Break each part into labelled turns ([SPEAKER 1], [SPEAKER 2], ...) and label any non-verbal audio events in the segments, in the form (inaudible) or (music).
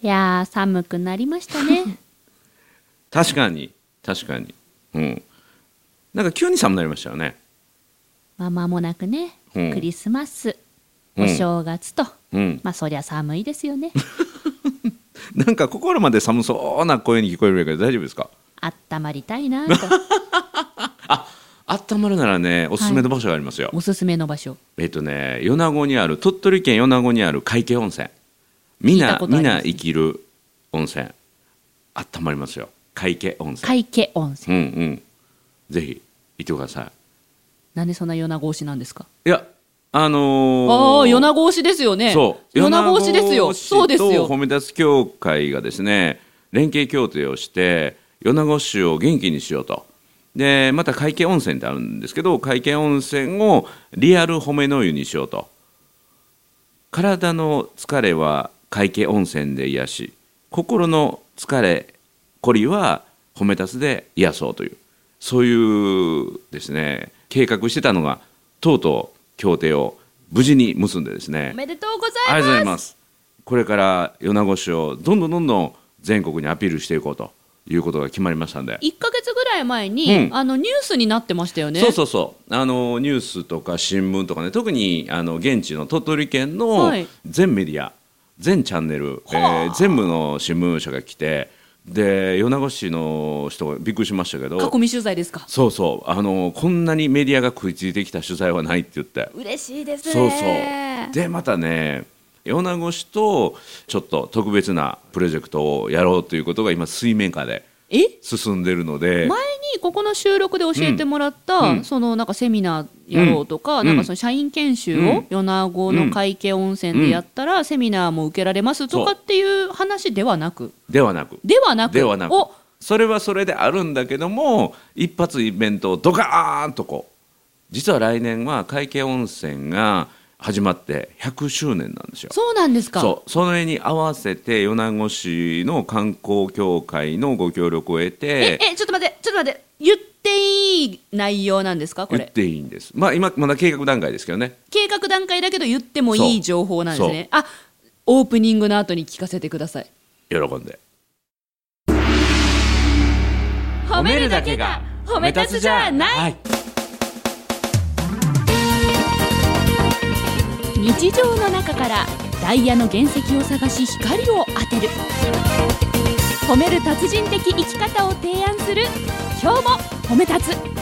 [SPEAKER 1] いやー寒くなりました
[SPEAKER 2] (laughs)
[SPEAKER 1] ね
[SPEAKER 2] 確かに確かにうんなんか急に寒くなりましたよね
[SPEAKER 1] まあ間もなくね、
[SPEAKER 2] うん
[SPEAKER 1] クリスマス
[SPEAKER 2] うん
[SPEAKER 1] お正月と、
[SPEAKER 2] うん
[SPEAKER 1] まあそりゃ寒いですよ
[SPEAKER 2] (laughs)
[SPEAKER 1] ね
[SPEAKER 2] なんか心まで寒そうな声に聞こえるけど大丈夫ですか
[SPEAKER 1] あったまりたいなと
[SPEAKER 2] (laughs) あったまるならねおすすめの場所がありますよ、
[SPEAKER 1] おすすめの場所
[SPEAKER 2] えっとね米子にある鳥取県米子にある海家温泉みん
[SPEAKER 1] 聞いた
[SPEAKER 2] な、
[SPEAKER 1] ことあ
[SPEAKER 2] みん
[SPEAKER 1] ります
[SPEAKER 2] な生きる温泉あったまりますよ海家温泉
[SPEAKER 1] 海家温泉
[SPEAKER 2] うんうんぜひ行ってくださ
[SPEAKER 1] なんでそんな米子推しなんですか
[SPEAKER 2] いいやあのー、
[SPEAKER 1] ああー米子推しですよね
[SPEAKER 2] そう
[SPEAKER 1] 米子推しですよ
[SPEAKER 2] 米子市
[SPEAKER 1] そうです
[SPEAKER 2] と
[SPEAKER 1] よ
[SPEAKER 2] 褒め立つ協会がですね連携協定をして米子市を元気にしようとでまた会計温泉ってあるんですけど会計温泉をリアル褒めの湯にしようと体の疲れは会計温泉で癒し心の疲れこりは褒め立つで癒そうというそういうですね計画してたのがとうとう協定を無事に結んでですね
[SPEAKER 1] おめでとうご
[SPEAKER 2] あ
[SPEAKER 1] ざ
[SPEAKER 2] りがとうござ
[SPEAKER 1] い
[SPEAKER 2] い
[SPEAKER 1] ま
[SPEAKER 2] ます。これから米子市をどんどんどんどん全国にアピールしていこうということが決まりましたんで。
[SPEAKER 1] す1か月ぐらい前に、
[SPEAKER 2] うん
[SPEAKER 1] あのニュースになってましたよね
[SPEAKER 2] そうそうそうあのニュースとか新聞とかね特にあの現地の鳥取県の
[SPEAKER 1] はい
[SPEAKER 2] 全メディア、全チャンネル、えー全部の新聞社が来てで米子市の人がびっくりしましたけど
[SPEAKER 1] 囲み取材ですか
[SPEAKER 2] そうそうあのこんなにメディアが食いついてきた取材はないって言って
[SPEAKER 1] 嬉しいですね
[SPEAKER 2] そうそうでまたね米子市とちょっと特別なプロジェクトをやろうということが今水面下で
[SPEAKER 1] え
[SPEAKER 2] 進んでるので、
[SPEAKER 1] 前にここの収録で教えてもらった、
[SPEAKER 2] うんうん
[SPEAKER 1] そのなんかセミナーやろうとか、
[SPEAKER 2] うん
[SPEAKER 1] なんかその社員研修を米子の会計温泉でやったら、セミナーも受けられますとかっていう話ではなく、
[SPEAKER 2] ではなく
[SPEAKER 1] ではなく、
[SPEAKER 2] ではなく
[SPEAKER 1] お
[SPEAKER 2] それはそれであるんだけども一発イベントをドカーンとこう実は来年は会計温泉が始まって100周年なんですよ。
[SPEAKER 1] そうなんですか。
[SPEAKER 2] そうそれに合わせて米子市の観光協会のご協力を得
[SPEAKER 1] え
[SPEAKER 2] て、
[SPEAKER 1] え、ちょっと待って、ちょっと待って、言っていい内容なんですか、こ
[SPEAKER 2] 言っ
[SPEAKER 1] れ。
[SPEAKER 2] ていいんです、まあ、今まだ計画段階ですけどね
[SPEAKER 1] 計画段階だけど言ってもい
[SPEAKER 2] そ
[SPEAKER 1] いう情報なんですね。あ、オープニングの後に聞かせてください。
[SPEAKER 2] 喜んで。
[SPEAKER 1] 褒めるだけが褒め立つじゃない。
[SPEAKER 2] はい
[SPEAKER 1] 日常の中からダイヤの原石を探し光を当てる褒める達人的生き方を提案する今日も褒め立つ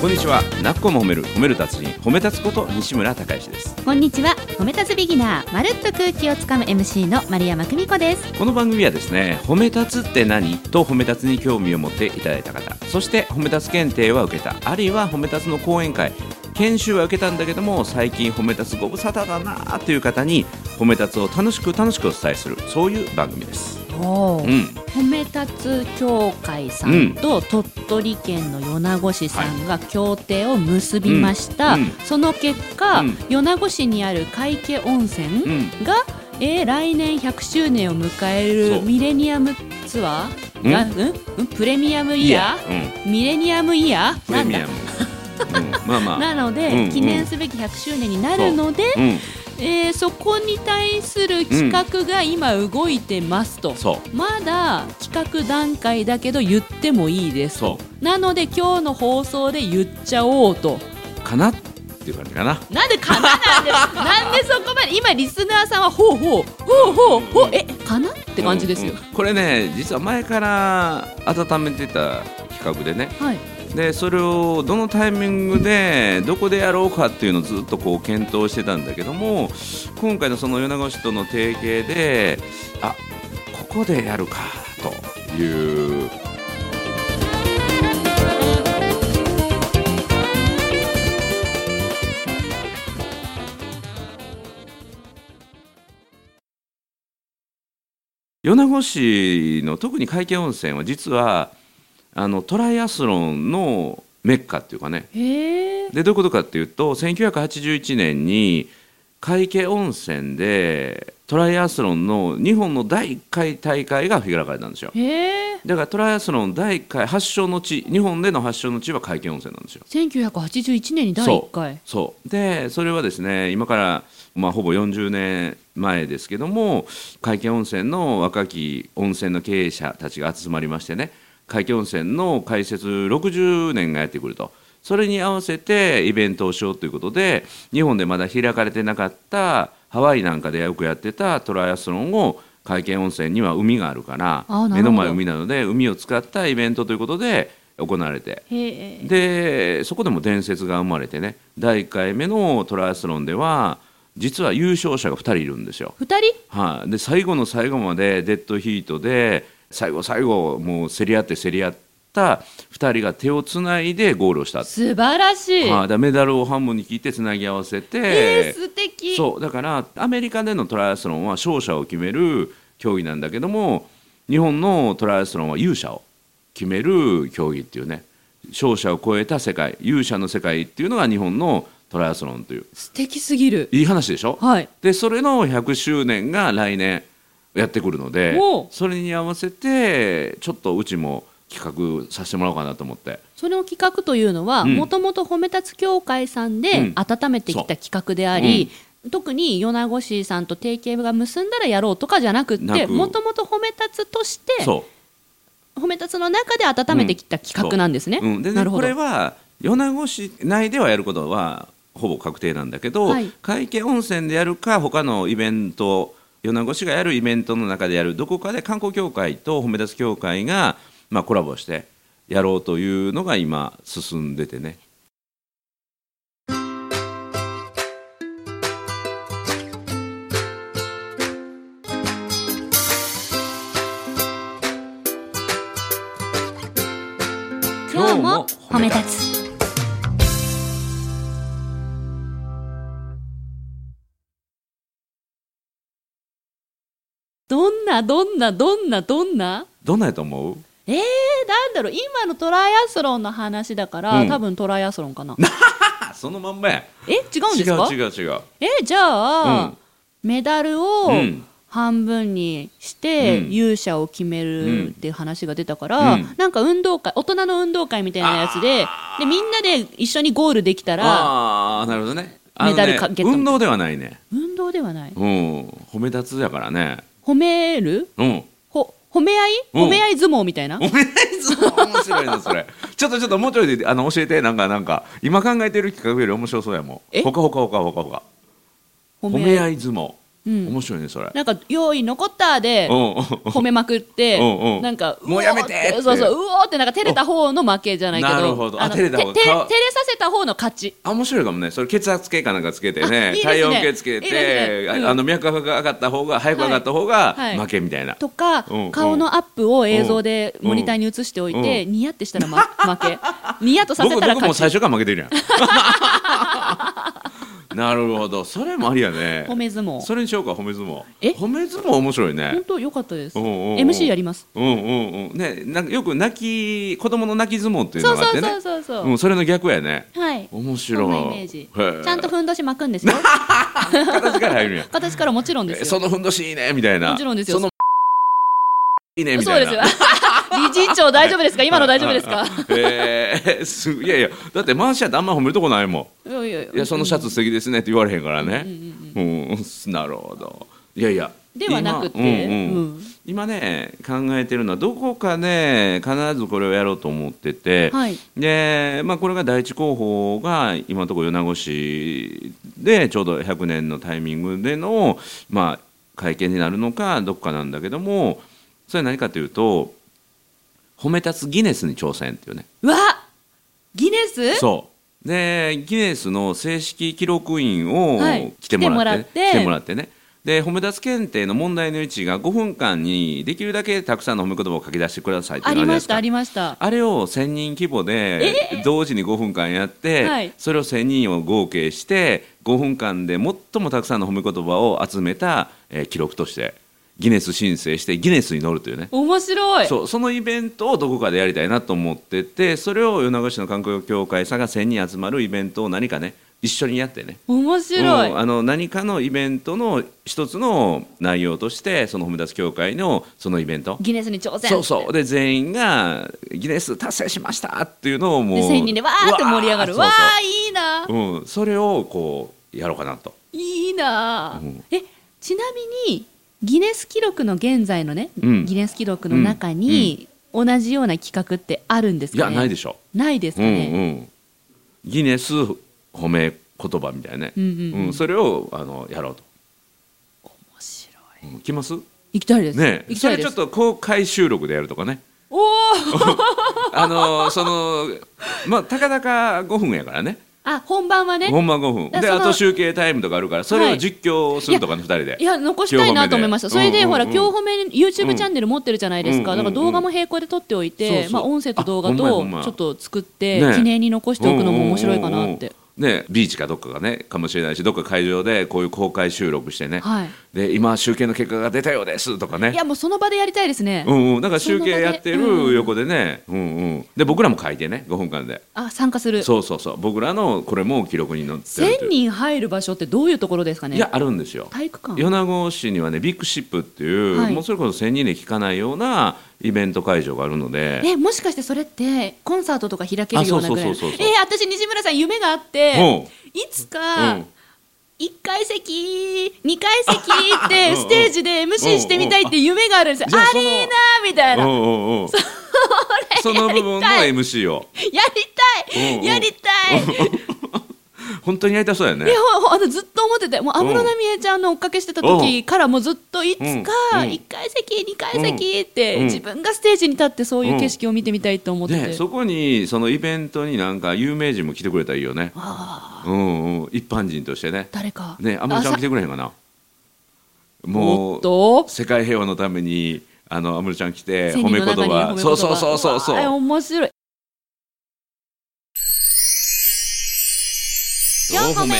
[SPEAKER 2] こんにちはなっこも褒める褒める達人褒め立つこと西村孝之です
[SPEAKER 1] こんにちは褒め立つビギナーまるっと空気をつかむ MC の丸山久美子です
[SPEAKER 2] この番組はですね褒め立つって何と褒め立つに興味を持っていただいた方そして褒め立つ検定は受けたあるいは褒め立つの講演会研修は受けたんだけども最近褒め立つご無沙汰だなという方に褒め立つを楽しく楽しくお伝えするそういう番組です
[SPEAKER 1] おー
[SPEAKER 2] うん
[SPEAKER 1] 褒め立つ協会さんと鳥取県の米子市さんが協定を結びました、
[SPEAKER 2] うんうん
[SPEAKER 1] その結果、
[SPEAKER 2] うん
[SPEAKER 1] 米子市にある海家温泉、
[SPEAKER 2] うん
[SPEAKER 1] が、えー来年100周年を迎え
[SPEAKER 2] そ
[SPEAKER 1] る
[SPEAKER 2] う
[SPEAKER 1] ミレニアムツアーがうんうんプレミアムイヤー
[SPEAKER 2] うん
[SPEAKER 1] ミレニアムイヤー
[SPEAKER 2] プ
[SPEAKER 1] な
[SPEAKER 2] レ
[SPEAKER 1] ん
[SPEAKER 2] ミ
[SPEAKER 1] だ
[SPEAKER 2] アム、うん、まあまあ
[SPEAKER 1] なので、
[SPEAKER 2] うんうん
[SPEAKER 1] 記念すべき100周年になるので、
[SPEAKER 2] うん
[SPEAKER 1] えーそこに対する企画が今動いてますと、
[SPEAKER 2] そう
[SPEAKER 1] まだ企画段階だけど言ってもいいですと
[SPEAKER 2] そ
[SPEAKER 1] なので今日の放送で言っちゃおうと
[SPEAKER 2] かなっていう感じかな
[SPEAKER 1] なんでかななんです (laughs) なんでそこまで今リスナーさんはほうほうほうほうほうえかなって感じですよ、
[SPEAKER 2] うんうんこれね実は前から温めてた企画でね
[SPEAKER 1] はい
[SPEAKER 2] でそれをどのタイミングでどこでやろうかっていうのをずっとこう検討してたんだけども今回のその米子市との提携であここでやるかという米子市の特に海峡温泉は実はあのトライアスロンのメッカっていうかね
[SPEAKER 1] へえ
[SPEAKER 2] でどういうことかっていうと1981年に海家温泉でトライアスロンの日本の第1回大会が開かれたんですよ
[SPEAKER 1] へえ
[SPEAKER 2] だからトライアスロン第1回発祥の地日本での発祥の地は海家温泉なんですよ
[SPEAKER 1] 1981年に第1回
[SPEAKER 2] そうそうでそれはですね今からまあ、ほぼ40年前ですけども海峡温泉の若き温泉の経営者たちが集まりましてね海峡温泉の開設60年がやってくると。それに合わせてイベントをしようということで日本でまだ開かれてなかったハワイなんかでよくやってたトライアスロンを海見温泉には海があるから
[SPEAKER 1] あーなるほど
[SPEAKER 2] 目の前海なので海を使ったイベントということで行われて
[SPEAKER 1] へえ。
[SPEAKER 2] でそこでも伝説が生まれてね第1回目のトライアスロンでは実は優勝者が2人いるんですよ。
[SPEAKER 1] 二人
[SPEAKER 2] はい、で最後の最後までデッドヒートで最後最後もう競り合って競り合った2人が手をつないでゴールをしたっていう
[SPEAKER 1] 素晴らしい。
[SPEAKER 2] はい、だからメダルを半分に切ってつなぎ合わせ
[SPEAKER 1] え
[SPEAKER 2] て
[SPEAKER 1] ー、、素敵。
[SPEAKER 2] そうだからアメリカでのトライアスロンは勝者を決める競技なんだけども日本のトライアスロンは勇者を決める競技っていうね勝者を超えた世界勇者の世界っていうのが日本のトライアスロンという
[SPEAKER 1] 素敵すぎる。
[SPEAKER 2] いい話でしょ、
[SPEAKER 1] はい。
[SPEAKER 2] でそれの100周年が来年やってくるので
[SPEAKER 1] おう
[SPEAKER 2] それに合わせてちょっとうちも企画させてもらおうかなと思って。
[SPEAKER 1] その企画というのは
[SPEAKER 2] うん
[SPEAKER 1] もともと褒め立つ協会さん
[SPEAKER 2] う
[SPEAKER 1] で
[SPEAKER 2] ん
[SPEAKER 1] 温めてきた企画であり、特に米子市さんと提携が結んだらやろうとかじゃなくって
[SPEAKER 2] なく
[SPEAKER 1] もともと褒め立つとして
[SPEAKER 2] そう
[SPEAKER 1] 褒め立つの中で温めてきた企画なんですね。
[SPEAKER 2] うん、でね
[SPEAKER 1] なるほ
[SPEAKER 2] こ
[SPEAKER 1] ど
[SPEAKER 2] れは米子市内ではやることはほぼ確定なんだけど、
[SPEAKER 1] はい
[SPEAKER 2] 会計温泉でやるか他のイベント米子市がやるイベントの中でやるどこかで観光協会と褒め立つ協会が、まあ、コラボしてやろうというのが今進んでてね
[SPEAKER 1] 今日も褒め立つどんなどんなどんなどんな
[SPEAKER 2] どんなやと思う
[SPEAKER 1] えー、なんだろう今のトライアスロンの話だから、
[SPEAKER 2] うん
[SPEAKER 1] 多分トライアスロンかな
[SPEAKER 2] あそのまんまや
[SPEAKER 1] え違うんですか
[SPEAKER 2] 違う違う違う
[SPEAKER 1] えじゃあ、
[SPEAKER 2] うん
[SPEAKER 1] メダルを
[SPEAKER 2] うん
[SPEAKER 1] 半分にして、
[SPEAKER 2] うん
[SPEAKER 1] 勇者を決めるっていう話が出たから、
[SPEAKER 2] うん
[SPEAKER 1] なんか運動会大人の運動会みたいなやつででみんなで一緒にゴールできたら
[SPEAKER 2] ああーなるほどねあの
[SPEAKER 1] メダ
[SPEAKER 2] ね
[SPEAKER 1] ルかゲット
[SPEAKER 2] 運動ではないね
[SPEAKER 1] 運動ではない
[SPEAKER 2] うん褒め立つやからね
[SPEAKER 1] 褒める
[SPEAKER 2] うん
[SPEAKER 1] ほ褒め合い
[SPEAKER 2] うん
[SPEAKER 1] 褒め合い相撲みたいな、
[SPEAKER 2] おめでとう面白いなそれちょっとちょっともうちょいであの教えてなんかなんか今考えてる企画より面白そうやも
[SPEAKER 1] え
[SPEAKER 2] んほかほかほかほかほか
[SPEAKER 1] 褒
[SPEAKER 2] 褒
[SPEAKER 1] め
[SPEAKER 2] め
[SPEAKER 1] 合い
[SPEAKER 2] 合い相撲、
[SPEAKER 1] うん
[SPEAKER 2] 面白いねそれ
[SPEAKER 1] なんか「用意残った」で
[SPEAKER 2] うん
[SPEAKER 1] 褒めまくって
[SPEAKER 2] うんうん
[SPEAKER 1] なんか
[SPEAKER 2] もうやめて
[SPEAKER 1] おーっ
[SPEAKER 2] って
[SPEAKER 1] そうそううおーってなんか照れた方の負けじゃないけど
[SPEAKER 2] なるほどあ
[SPEAKER 1] あの
[SPEAKER 2] 照れた方
[SPEAKER 1] てて
[SPEAKER 2] か
[SPEAKER 1] 照れさせた方の勝ち
[SPEAKER 2] あ面白いかもねそれ血圧計かなんかつけて
[SPEAKER 1] あい
[SPEAKER 2] ね
[SPEAKER 1] いですね
[SPEAKER 2] 体温計つけて
[SPEAKER 1] いいですねうん
[SPEAKER 2] ああの脈拍が上がった方が早く上がった方が
[SPEAKER 1] はいはい
[SPEAKER 2] 負けみたいな、
[SPEAKER 1] とか
[SPEAKER 2] うんうん
[SPEAKER 1] 顔のアップを映像でモニターに映しておいてニヤってしたらま負けニヤっとさせ
[SPEAKER 2] 僕
[SPEAKER 1] たら
[SPEAKER 2] 僕も最
[SPEAKER 1] 勝ち
[SPEAKER 2] 初から負けてるや
[SPEAKER 1] (laughs)
[SPEAKER 2] んなるほどそれもありやね
[SPEAKER 1] 褒め相撲
[SPEAKER 2] それにしようか褒め相撲
[SPEAKER 1] え
[SPEAKER 2] 褒め相撲面白いね
[SPEAKER 1] 本当良かったです
[SPEAKER 2] おうおうおう
[SPEAKER 1] MC やります
[SPEAKER 2] うんうんうんねなんかよく泣き子供の泣き相撲っていう
[SPEAKER 1] そ
[SPEAKER 2] の
[SPEAKER 1] う
[SPEAKER 2] があっ
[SPEAKER 1] そう
[SPEAKER 2] てね
[SPEAKER 1] そうそうそう
[SPEAKER 2] うん、それの逆やね
[SPEAKER 1] はい
[SPEAKER 2] 面白い
[SPEAKER 1] そんなイメージ
[SPEAKER 2] へえ
[SPEAKER 1] ちゃんとふんどし巻くんですよ
[SPEAKER 2] 形から入るんや
[SPEAKER 1] 形からもちろんです
[SPEAKER 2] (laughs) え
[SPEAKER 1] よ
[SPEAKER 2] そのふんどしいいねみたいな
[SPEAKER 1] もちろんですよ
[SPEAKER 2] そのいいねみ
[SPEAKER 1] そう
[SPEAKER 2] たい
[SPEAKER 1] で
[SPEAKER 2] な
[SPEAKER 1] すよ (laughs) 理事長大丈夫ですか今の大丈夫ですか
[SPEAKER 2] えー、すいやいやだってマンシャンってあんま褒めるとこないも
[SPEAKER 1] いやいやいや
[SPEAKER 2] んいやそのシャツ素敵ですねって言われへんからねうん、なるほどいやいや
[SPEAKER 1] ではなくて
[SPEAKER 2] 今うんうん
[SPEAKER 1] うん
[SPEAKER 2] 今ね考えてるのはどこかね必ずこれをやろうと思ってて、
[SPEAKER 1] はい
[SPEAKER 2] で、まあ、これが第一候補が今のところ米子市でちょうど100年のタイミングでの、まあ、会見になるのかどこかなんだけどもそれは何かというと褒め立つギネスに挑戦っていうね
[SPEAKER 1] うわギネス
[SPEAKER 2] そうでギネスの正式記録員を
[SPEAKER 1] はい
[SPEAKER 2] 来てもらって,、
[SPEAKER 1] 来てもらって
[SPEAKER 2] 来てもらってねで褒め立つ検定の問題の位置が5分間にできるだけたくさんの褒め言葉を書き出してくださいってい
[SPEAKER 1] あ
[SPEAKER 2] うの
[SPEAKER 1] り
[SPEAKER 2] るじゃない
[SPEAKER 1] ま
[SPEAKER 2] で
[SPEAKER 1] し
[SPEAKER 2] すか
[SPEAKER 1] たありました
[SPEAKER 2] あれを1000人規模で同時に5分間やって、
[SPEAKER 1] はい
[SPEAKER 2] それを1000人を合計して5分間で最もたくさんの褒め言葉を集めた、えー記録としてギネス申請してギネスに乗るというね
[SPEAKER 1] 面白い
[SPEAKER 2] そうそのイベントをどこかでやりたいなと思っててそれを米子市の観光協会さんが1000人集まるイベントを何かね一緒にやってね
[SPEAKER 1] 面白い、
[SPEAKER 2] うんあの何かのイベントの一つの内容としてその褒め立つ協会のそのイベント
[SPEAKER 1] ギネスに挑戦
[SPEAKER 2] そうそうで全員がギネス達成しましたっていうのをもう
[SPEAKER 1] で1000人でわーって盛り上がる
[SPEAKER 2] わ
[SPEAKER 1] わ
[SPEAKER 2] ー
[SPEAKER 1] ーいいな
[SPEAKER 2] そうそううんそれをこうやろうかなと
[SPEAKER 1] いいいな
[SPEAKER 2] う。ん
[SPEAKER 1] えちなみにギネス記録の現在のね、
[SPEAKER 2] うん
[SPEAKER 1] ギネス記録の中に、同じような企画ってあるんです
[SPEAKER 2] い
[SPEAKER 1] か
[SPEAKER 2] や
[SPEAKER 1] ね
[SPEAKER 2] ないでしょ
[SPEAKER 1] ないです
[SPEAKER 2] う
[SPEAKER 1] か
[SPEAKER 2] んう
[SPEAKER 1] ね、
[SPEAKER 2] んギネス褒め言葉みたいなね、
[SPEAKER 1] うんうんうん
[SPEAKER 2] うんそれをあのやろうと、
[SPEAKER 1] 面白い
[SPEAKER 2] うん来ます
[SPEAKER 1] 行きたいです、
[SPEAKER 2] ねえ
[SPEAKER 1] 行き
[SPEAKER 2] そ
[SPEAKER 1] たい
[SPEAKER 2] れ
[SPEAKER 1] で
[SPEAKER 2] ち
[SPEAKER 1] す
[SPEAKER 2] ょっと公開収録でやると
[SPEAKER 1] (laughs)
[SPEAKER 2] かね
[SPEAKER 1] おお
[SPEAKER 2] あのそのまあたかだか5分やからね
[SPEAKER 1] あ本番はね
[SPEAKER 2] ほんま5分
[SPEAKER 1] だ
[SPEAKER 2] で
[SPEAKER 1] そ
[SPEAKER 2] あ
[SPEAKER 1] の
[SPEAKER 2] と集計タイムとかあるからそれ
[SPEAKER 1] は
[SPEAKER 2] を
[SPEAKER 1] い
[SPEAKER 2] 実況するとかね2人で
[SPEAKER 1] いや残したいなと思いましたそれで、
[SPEAKER 2] 今日褒めで
[SPEAKER 1] ほら
[SPEAKER 2] うん
[SPEAKER 1] 今日褒め YouTube チャンネル持ってるじゃないですか、
[SPEAKER 2] うんうん
[SPEAKER 1] だから動画も並行で撮っておいて、
[SPEAKER 2] そうそう
[SPEAKER 1] まあ、音声と動画
[SPEAKER 2] あほんまやほ
[SPEAKER 1] と
[SPEAKER 2] んまや
[SPEAKER 1] ちょっと作って、
[SPEAKER 2] ね
[SPEAKER 1] 記念に残しておくのも面白いかなって、
[SPEAKER 2] うんうんうんうんねビーチかどっかがねかもしれないしどっか会場でこういう公開収録してね、
[SPEAKER 1] はい
[SPEAKER 2] で今集計の結果が出たようですとかね
[SPEAKER 1] いやもうその場でやりたいですね、
[SPEAKER 2] うんうん、だから集計やって
[SPEAKER 1] その場でう
[SPEAKER 2] る
[SPEAKER 1] ん
[SPEAKER 2] 横でね、うんうん、で僕らも書いてね5分間で
[SPEAKER 1] あ参加する
[SPEAKER 2] そうそうそう僕らのこれも記録に載ってるとい
[SPEAKER 1] 1000
[SPEAKER 2] う
[SPEAKER 1] 人入る場所ってどういうところですかね
[SPEAKER 2] いやあるんですよ
[SPEAKER 1] 体育館
[SPEAKER 2] 米子市にはねビッグシップっていう、
[SPEAKER 1] はい
[SPEAKER 2] もうそれこそ1000人で聞かないようなイベント会場があるので、
[SPEAKER 1] えもしかしてそれってコンサートとか開けるようなぐらい
[SPEAKER 2] あ
[SPEAKER 1] のえ
[SPEAKER 2] そうそうそうそうそう
[SPEAKER 1] ー私西村さん夢があっていつ
[SPEAKER 2] う
[SPEAKER 1] か
[SPEAKER 2] ん
[SPEAKER 1] 1階席2階席って
[SPEAKER 2] (laughs) うん
[SPEAKER 1] ステージで MC してみたいって夢があるんですよ
[SPEAKER 2] うんうんあ
[SPEAKER 1] ア
[SPEAKER 2] じ
[SPEAKER 1] リ
[SPEAKER 2] ゃあ
[SPEAKER 1] ーナみたいな
[SPEAKER 2] うん
[SPEAKER 1] や (laughs)
[SPEAKER 2] うんうんその部分の MC を
[SPEAKER 1] りた
[SPEAKER 2] うんうん
[SPEAKER 1] いやりたい
[SPEAKER 2] 本当にやりたそうやね
[SPEAKER 1] いやほほあのずっと思っててもう安室奈美恵ちゃんの追っかけしてた時からもうずっといつか
[SPEAKER 2] うんうん
[SPEAKER 1] 1階席2階席っ
[SPEAKER 2] うん
[SPEAKER 1] て自分がステージに立ってそういう景色を見てみたいと思って
[SPEAKER 2] で
[SPEAKER 1] て
[SPEAKER 2] そこにそのイベントになんか有名人も来てくれたらいいよね、
[SPEAKER 1] ああ
[SPEAKER 2] うんうん、一般人としてね
[SPEAKER 1] 誰か
[SPEAKER 2] ねあんまりちゃん
[SPEAKER 1] さ
[SPEAKER 2] 来てくれへんかな
[SPEAKER 1] お
[SPEAKER 2] も
[SPEAKER 1] っ
[SPEAKER 2] う
[SPEAKER 1] と
[SPEAKER 2] 世界平和のためにあの安室ちゃん来て
[SPEAKER 1] 千
[SPEAKER 2] 褒
[SPEAKER 1] 人
[SPEAKER 2] め
[SPEAKER 1] の
[SPEAKER 2] 言葉
[SPEAKER 1] 中に褒め言葉
[SPEAKER 2] そうそうそうそうそう
[SPEAKER 1] わあ面白い
[SPEAKER 2] 四
[SPEAKER 1] 個目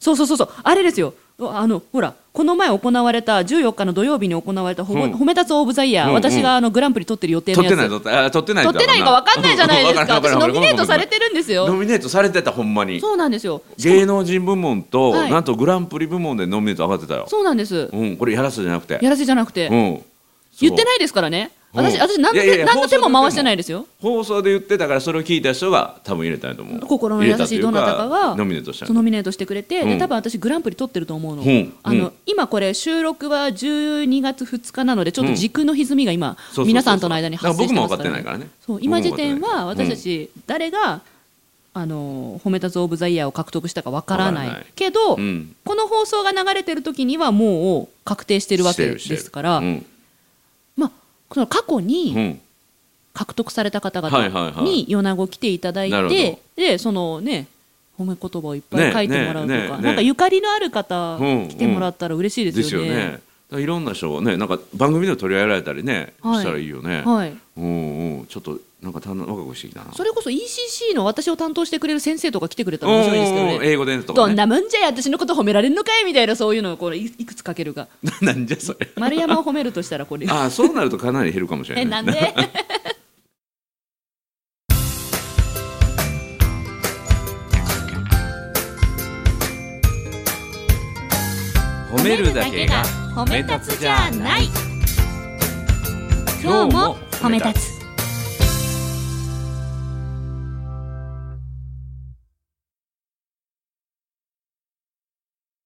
[SPEAKER 1] そうそうそうそうあれですよあのほらこの前行われた14日の土曜日に行われたほぼ、
[SPEAKER 2] うん
[SPEAKER 1] 褒め立つオブザイヤー、
[SPEAKER 2] うんうん
[SPEAKER 1] 私があのグランプリ取ってる予定の
[SPEAKER 2] 取っ
[SPEAKER 1] やつ
[SPEAKER 2] てない取ってあ取ってない
[SPEAKER 1] 取ってないか分かんないじゃないですか
[SPEAKER 2] わらん
[SPEAKER 1] 私
[SPEAKER 2] わら
[SPEAKER 1] ノ
[SPEAKER 2] ん
[SPEAKER 1] ミネートされてるんです
[SPEAKER 2] ノ
[SPEAKER 1] よ
[SPEAKER 2] ミネートされてたほんまに
[SPEAKER 1] そうなんですよ
[SPEAKER 2] 芸能人部門と、
[SPEAKER 1] はい
[SPEAKER 2] なんとグランプリ部門でノミネート上がってたよ
[SPEAKER 1] そうなんです
[SPEAKER 2] うんこれやらせじゃなくて
[SPEAKER 1] やらせじゃなくて、
[SPEAKER 2] うん
[SPEAKER 1] 言って
[SPEAKER 2] い
[SPEAKER 1] ないですからね
[SPEAKER 2] うん
[SPEAKER 1] 私私何の
[SPEAKER 2] いやいやい
[SPEAKER 1] 手
[SPEAKER 2] や
[SPEAKER 1] 何の手も
[SPEAKER 2] 放送で
[SPEAKER 1] 回してないですよ
[SPEAKER 2] 放送で言ってたからそれを聞いた人が多分入れたんやと思う
[SPEAKER 1] 心の
[SPEAKER 2] 入
[SPEAKER 1] 優
[SPEAKER 2] れたと
[SPEAKER 1] し
[SPEAKER 2] い
[SPEAKER 1] いう
[SPEAKER 2] か
[SPEAKER 1] どなたかが
[SPEAKER 2] ノミネートしたん
[SPEAKER 1] そう
[SPEAKER 2] や
[SPEAKER 1] ノミネートしてくれて、
[SPEAKER 2] うん
[SPEAKER 1] で多分私グランプリ取ってると思うの,、
[SPEAKER 2] うん
[SPEAKER 1] あの
[SPEAKER 2] うん
[SPEAKER 1] 今これ収録は12月2日なのでちょっと時空の歪みが今、
[SPEAKER 2] そうそうそうそう
[SPEAKER 1] 皆さんとの間に発生してますから,、
[SPEAKER 2] だから僕も分かってないからね
[SPEAKER 1] そう
[SPEAKER 2] 僕も
[SPEAKER 1] 今
[SPEAKER 2] 分
[SPEAKER 1] 時
[SPEAKER 2] かってない
[SPEAKER 1] 点は私たち誰が、あの褒めたつオブザイヤーを獲得したかわからない
[SPEAKER 2] わからない
[SPEAKER 1] けど、
[SPEAKER 2] うん
[SPEAKER 1] この放送が流れてる時にはもう確定してるわけで
[SPEAKER 2] してるしてる
[SPEAKER 1] すから、
[SPEAKER 2] うん
[SPEAKER 1] まあ、その過去に、
[SPEAKER 2] うん
[SPEAKER 1] 獲得された方
[SPEAKER 2] はいはい
[SPEAKER 1] 々
[SPEAKER 2] は
[SPEAKER 1] に
[SPEAKER 2] い
[SPEAKER 1] 米子来ていただいて、
[SPEAKER 2] なるほど
[SPEAKER 1] でそのね褒め言葉をいっぱい書いてもらうとか、
[SPEAKER 2] ねねねね
[SPEAKER 1] なんかゆかりのある方
[SPEAKER 2] うん
[SPEAKER 1] 来てもらったら嬉しい
[SPEAKER 2] で
[SPEAKER 1] ですす
[SPEAKER 2] よ
[SPEAKER 1] よね。
[SPEAKER 2] ねだからいろんな人をねなんか番組でも取り上げられたりね、
[SPEAKER 1] はい
[SPEAKER 2] したらいいよね、
[SPEAKER 1] はい、
[SPEAKER 2] うんうんちょっとなんかたん若くしてきたな
[SPEAKER 1] それこそ ECC の私を担当してくれる先生とか来てくれたら面白いですけど
[SPEAKER 2] うんうん
[SPEAKER 1] ね。
[SPEAKER 2] 英語でとか
[SPEAKER 1] ど
[SPEAKER 2] ね
[SPEAKER 1] んなもんじゃい私のこと褒められるのかいみたいなそういうのをこれいいくつ書けるか
[SPEAKER 2] (laughs) なんじゃそれ
[SPEAKER 1] 丸山を褒めるとしたらこれ
[SPEAKER 2] ああそうなるとかなり減るかもしれない
[SPEAKER 1] (laughs) えなんで
[SPEAKER 2] 褒めるだけが褒め立つじゃない今日も褒め立
[SPEAKER 3] つ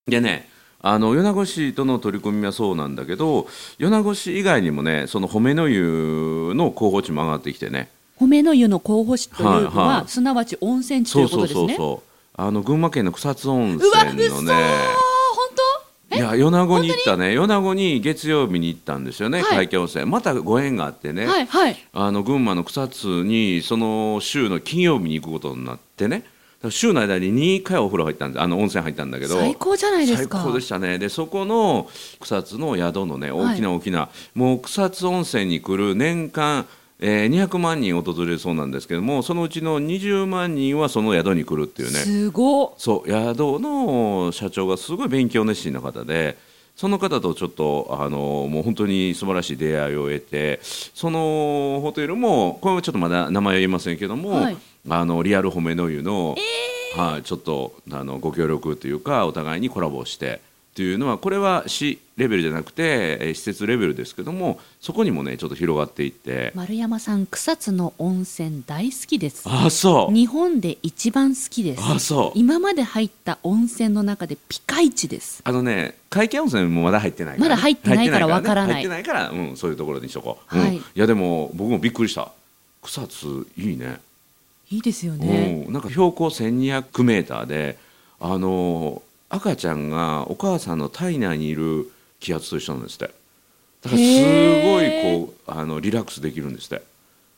[SPEAKER 2] でねあの米子市との取り組みはそうなんだけど米子市以外にもねその褒めの湯の候補地も上がってきてね
[SPEAKER 1] 褒めの湯の候補地というのは、
[SPEAKER 2] はいはい
[SPEAKER 1] すなわち温泉地と
[SPEAKER 2] そ
[SPEAKER 1] いううこ
[SPEAKER 2] そ
[SPEAKER 1] と
[SPEAKER 2] う
[SPEAKER 1] ですね。
[SPEAKER 2] そうそうあの群馬県の草津温
[SPEAKER 1] うわ、
[SPEAKER 2] 泉
[SPEAKER 1] 嘘本
[SPEAKER 2] のね
[SPEAKER 1] 当
[SPEAKER 2] いや米子に行ったね米子に月曜日に行ったんですよね、
[SPEAKER 1] はい
[SPEAKER 2] 海峡温泉またご縁があってね、
[SPEAKER 1] はいはい。
[SPEAKER 2] あの群馬の草津にその週の金曜日に行くことになってねだから週の間に2回お風呂入ったんであの温泉入ったんだけど
[SPEAKER 1] 最高じゃないです
[SPEAKER 2] 最
[SPEAKER 1] か。
[SPEAKER 2] 高でしたねでそこの草津の宿のね
[SPEAKER 1] はい
[SPEAKER 2] 大きな大きな、もう草津温泉に来る年間、えー200万人訪れるそうなんですけどもそのうちの20万人はその宿に来るっていうね
[SPEAKER 1] すご
[SPEAKER 2] そう宿の社長がすごい勉強熱心な方でその方とちょっとあのもう本当に素晴らしい出会いを得てそのホテルもこれはちょっとまだ名前は言いませんけども、
[SPEAKER 1] はい
[SPEAKER 2] あのリアル褒めの湯の、はいちょっとあのご協力というかお互いにコラボしてっていうのはこれは市レベルじゃなくてえー施設レベルですけどもそこにもねちょっと広がっていって
[SPEAKER 1] 丸山さん草津の温泉大好きです
[SPEAKER 2] あそう
[SPEAKER 1] 日本で一番好きです
[SPEAKER 2] あそう
[SPEAKER 1] 今まで入った温泉の中でピカイチです
[SPEAKER 2] あのね、会見温泉もまだ入ってないから、
[SPEAKER 1] まだ入ってないから
[SPEAKER 2] 入ってね
[SPEAKER 1] わからない
[SPEAKER 2] 入ってないから、うん、そういうところにしとこう。うん
[SPEAKER 1] はい
[SPEAKER 2] いや、でも、僕もびっくりした。草津、いいね。
[SPEAKER 1] いいですよね
[SPEAKER 2] うん、なんか標高1200メーターで、あのー赤ちゃんがお母さんの体内にいる気圧と一緒なんですって。だから、すごい、
[SPEAKER 1] へー
[SPEAKER 2] こう、あの、リラックスできるんですって。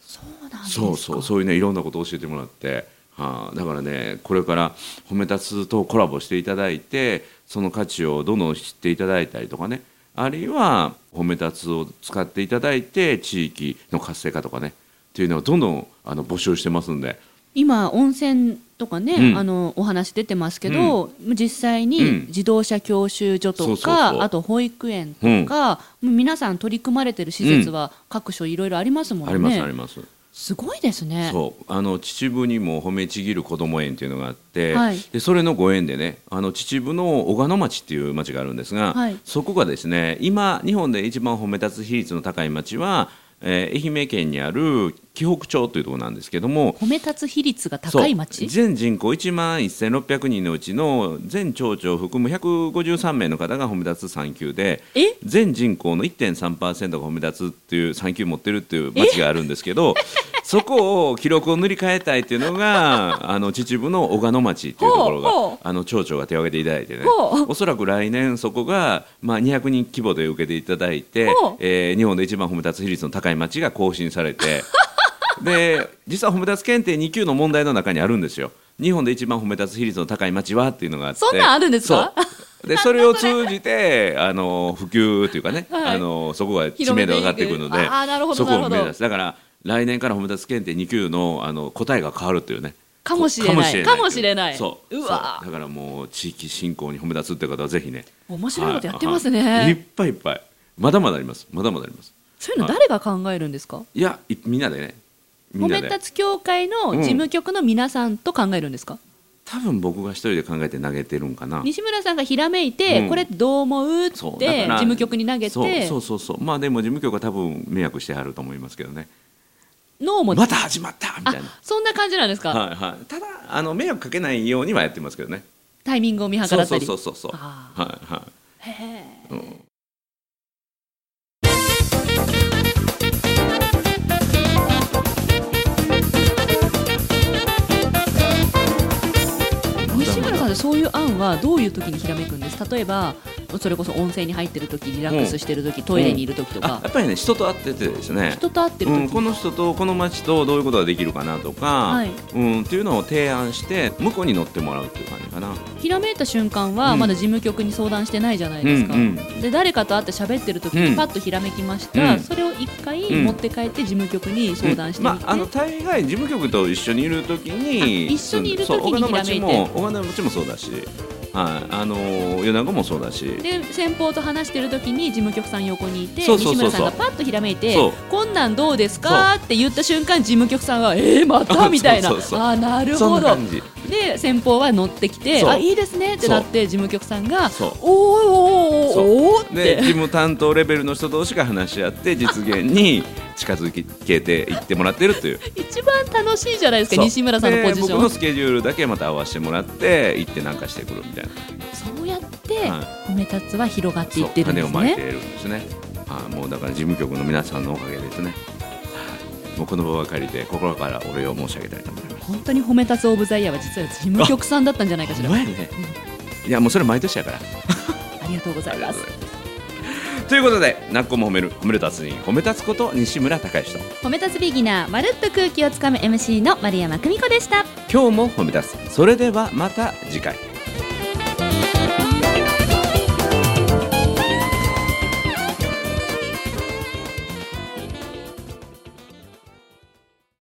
[SPEAKER 1] そうなんですか
[SPEAKER 2] そうそうそういうねいろんなことを教えてもらって、はあ、だからねこれから褒め立つとコラボしていただいてその価値をどんどん知っていただいたりとかねあるいは褒め立つを使っていただいて地域の活性化とかねっていうのをどんどんあの募集してますんで
[SPEAKER 1] 今温泉とかね、
[SPEAKER 2] うん
[SPEAKER 1] あのお話出てますけど、実際
[SPEAKER 2] うん
[SPEAKER 1] に自動車教習所とか、
[SPEAKER 2] そうそうそう
[SPEAKER 1] あと保育園とか、もう皆さん取り組まれてる施設は各所いろいろありますも
[SPEAKER 2] あり
[SPEAKER 1] ん
[SPEAKER 2] ます、
[SPEAKER 1] ね、
[SPEAKER 2] あります。
[SPEAKER 1] すごいですね
[SPEAKER 2] そうあの秩父にも褒めちぎる子ども園っていうのがあって、
[SPEAKER 1] はい
[SPEAKER 2] でそれのご縁でねあの秩父の小鹿野町っていう町があるんですが、
[SPEAKER 1] はい
[SPEAKER 2] そこがですね今日本で一番褒め立つ比率の高い町は、えー愛媛県にある紀北町というところなんですけども
[SPEAKER 1] 褒め立つ比率が高い
[SPEAKER 2] そう
[SPEAKER 1] 町
[SPEAKER 2] 全人口1万1600人のうちの全町長を含む153名の方が褒め立つ3級で
[SPEAKER 1] え
[SPEAKER 2] 全人口の1.3%が褒め立つっていう3級持ってるっていう町があるんです
[SPEAKER 1] (laughs)
[SPEAKER 2] けどそこを記録を塗り替えたいっていうの
[SPEAKER 1] (laughs)
[SPEAKER 2] があの秩父の小鹿野町っていうとこ
[SPEAKER 1] ほう
[SPEAKER 2] ろ
[SPEAKER 1] ほ
[SPEAKER 2] が
[SPEAKER 1] う
[SPEAKER 2] あの町長が手を挙げていただいてね
[SPEAKER 1] ほう
[SPEAKER 2] おそらく来年そこが、まあ、200人規模で受けていただいて
[SPEAKER 1] ほう、
[SPEAKER 2] えー日本で一番褒め立つ比率の高い町が更新さ
[SPEAKER 1] (laughs)
[SPEAKER 2] れて。で実は褒め立つ検定2級の問題の中にあるんですよ日本で一番褒め立つ比率の高い町はっていうのがあって
[SPEAKER 1] そんなんあるんですか
[SPEAKER 2] そうでそれを通じてあの普及というかね、
[SPEAKER 1] はい
[SPEAKER 2] あのそこが知名度が上がってくるの
[SPEAKER 1] 広め
[SPEAKER 2] で
[SPEAKER 1] ていくあーなるほど
[SPEAKER 2] そこ
[SPEAKER 1] なる
[SPEAKER 2] を
[SPEAKER 1] ほ
[SPEAKER 2] 目
[SPEAKER 1] ど
[SPEAKER 2] 指すだから来年から褒め立つ検定2級のあの答えが変わるっていうね
[SPEAKER 1] かもしれない
[SPEAKER 2] こ
[SPEAKER 1] かもしれない
[SPEAKER 2] そう
[SPEAKER 1] うわ
[SPEAKER 2] そうだからもう地域振興に褒め立つって方はぜひね
[SPEAKER 1] 面白いことやってます
[SPEAKER 2] はいいっ
[SPEAKER 1] ね
[SPEAKER 2] ぱいいっぱいまだまだありますまだまだあります
[SPEAKER 1] そういうの誰が考えるんですか
[SPEAKER 2] いやいみんなでねみ
[SPEAKER 1] 褒
[SPEAKER 2] ん
[SPEAKER 1] め
[SPEAKER 2] なで
[SPEAKER 1] 立つ協会の事務局の皆さんと考えるんですか、
[SPEAKER 2] 多分僕が一人で考えて投げてるんかな。
[SPEAKER 1] 西村さんがひらめいて、
[SPEAKER 2] うん
[SPEAKER 1] これどう思うって
[SPEAKER 2] そ
[SPEAKER 1] 事
[SPEAKER 2] うだから
[SPEAKER 1] 務局に投げて
[SPEAKER 2] そうそうそうそうまあでも事務局は多分迷惑してはると思いますけどね
[SPEAKER 1] ノーも
[SPEAKER 2] また始まったみ
[SPEAKER 1] あ
[SPEAKER 2] たいな、
[SPEAKER 1] そんな感じなんですか、
[SPEAKER 2] はいはい、ただあの迷惑かけないようにはやってますけどね
[SPEAKER 1] タイミングを見計
[SPEAKER 2] そ
[SPEAKER 1] らっ
[SPEAKER 2] う
[SPEAKER 1] た
[SPEAKER 2] そう
[SPEAKER 1] り
[SPEAKER 2] そうそうそう
[SPEAKER 1] あ
[SPEAKER 2] はいはい
[SPEAKER 1] へえ西村さんってそういう案はどういう時にひらめくんです例えばそれこそ温泉に入ってる時リラックスしてる時、トイレにいる時と
[SPEAKER 2] あ
[SPEAKER 1] か、
[SPEAKER 2] やっぱりね人と会っててですね
[SPEAKER 1] 人と会ってる時、
[SPEAKER 2] うん、この人とこの町とどういうことができるかなとか、
[SPEAKER 1] はい
[SPEAKER 2] うん、っていうのを提案して向こうに乗ってもらうっていう感じかな
[SPEAKER 1] ひらめいた瞬間は
[SPEAKER 2] うん
[SPEAKER 1] まだ事務局に相談してないじゃないですか、
[SPEAKER 2] うんうん
[SPEAKER 1] で誰かと会って喋ってる時
[SPEAKER 2] う
[SPEAKER 1] に
[SPEAKER 2] ん
[SPEAKER 1] パッとひらめきました、
[SPEAKER 2] うん
[SPEAKER 1] それを一回
[SPEAKER 2] うん
[SPEAKER 1] 持って帰って事務局に相談してみて、
[SPEAKER 2] まあ、あの大概事務局と一緒にいるときに
[SPEAKER 1] あ一緒にいる
[SPEAKER 2] そう
[SPEAKER 1] 時に
[SPEAKER 2] 小金
[SPEAKER 1] ひらめいて
[SPEAKER 2] 町も小金町もそうだし、はい、あの米子もそうだし
[SPEAKER 1] で先方と話してる時に事務局さん横にいて
[SPEAKER 2] そうそう
[SPEAKER 1] 西
[SPEAKER 2] そうそう
[SPEAKER 1] 村さんがパッとひらめいて
[SPEAKER 2] そう
[SPEAKER 1] 「こんなんどうですか?」って言った瞬間事務局さんは「えー、また?」みたいな「
[SPEAKER 2] (laughs) そうそうそう
[SPEAKER 1] あーなる
[SPEAKER 2] そ
[SPEAKER 1] ほ
[SPEAKER 2] んな
[SPEAKER 1] ど
[SPEAKER 2] 感」じ
[SPEAKER 1] で先方は乗ってきて「
[SPEAKER 2] そう
[SPEAKER 1] あいいですね」ってなって事務局さんが
[SPEAKER 2] そう
[SPEAKER 1] 「おーおー
[SPEAKER 2] そう
[SPEAKER 1] おーおーっ
[SPEAKER 2] で
[SPEAKER 1] て
[SPEAKER 2] 事務担当レベルの人同士が話し合って実現に (laughs) 近づけていってもらってるという
[SPEAKER 1] 一番楽しいじゃない (laughs) ですか
[SPEAKER 2] そう
[SPEAKER 1] 西村さんのポジシ
[SPEAKER 2] で
[SPEAKER 1] ョ
[SPEAKER 2] 僕の
[SPEAKER 1] ン
[SPEAKER 2] スケジュールだけまた合わせてもらって行ってなんかしてくるみたいな
[SPEAKER 1] そうやって
[SPEAKER 2] は
[SPEAKER 1] 褒め立つは広がってい
[SPEAKER 2] そう
[SPEAKER 1] ってるん
[SPEAKER 2] 種
[SPEAKER 1] で
[SPEAKER 2] を
[SPEAKER 1] す
[SPEAKER 2] まいて
[SPEAKER 1] ね
[SPEAKER 2] いるんですねはいもうだから事務局の皆さんのおかげですねはいもうこの場を借りて心からお礼を申し上げたいと思います
[SPEAKER 1] 本当に褒め立つオブザイヤーは実は事務局さんだったんじゃないかしら
[SPEAKER 2] ほんまやねいやもうそれ毎年やから
[SPEAKER 1] ありがとうございます
[SPEAKER 2] ということで「なっこも褒める褒める達人褒め立つこと西村孝之と
[SPEAKER 1] 褒め立つビギナーまるっと空気をつかむ MC の丸山久美子でした
[SPEAKER 2] 今日も褒め立つそれではまた次回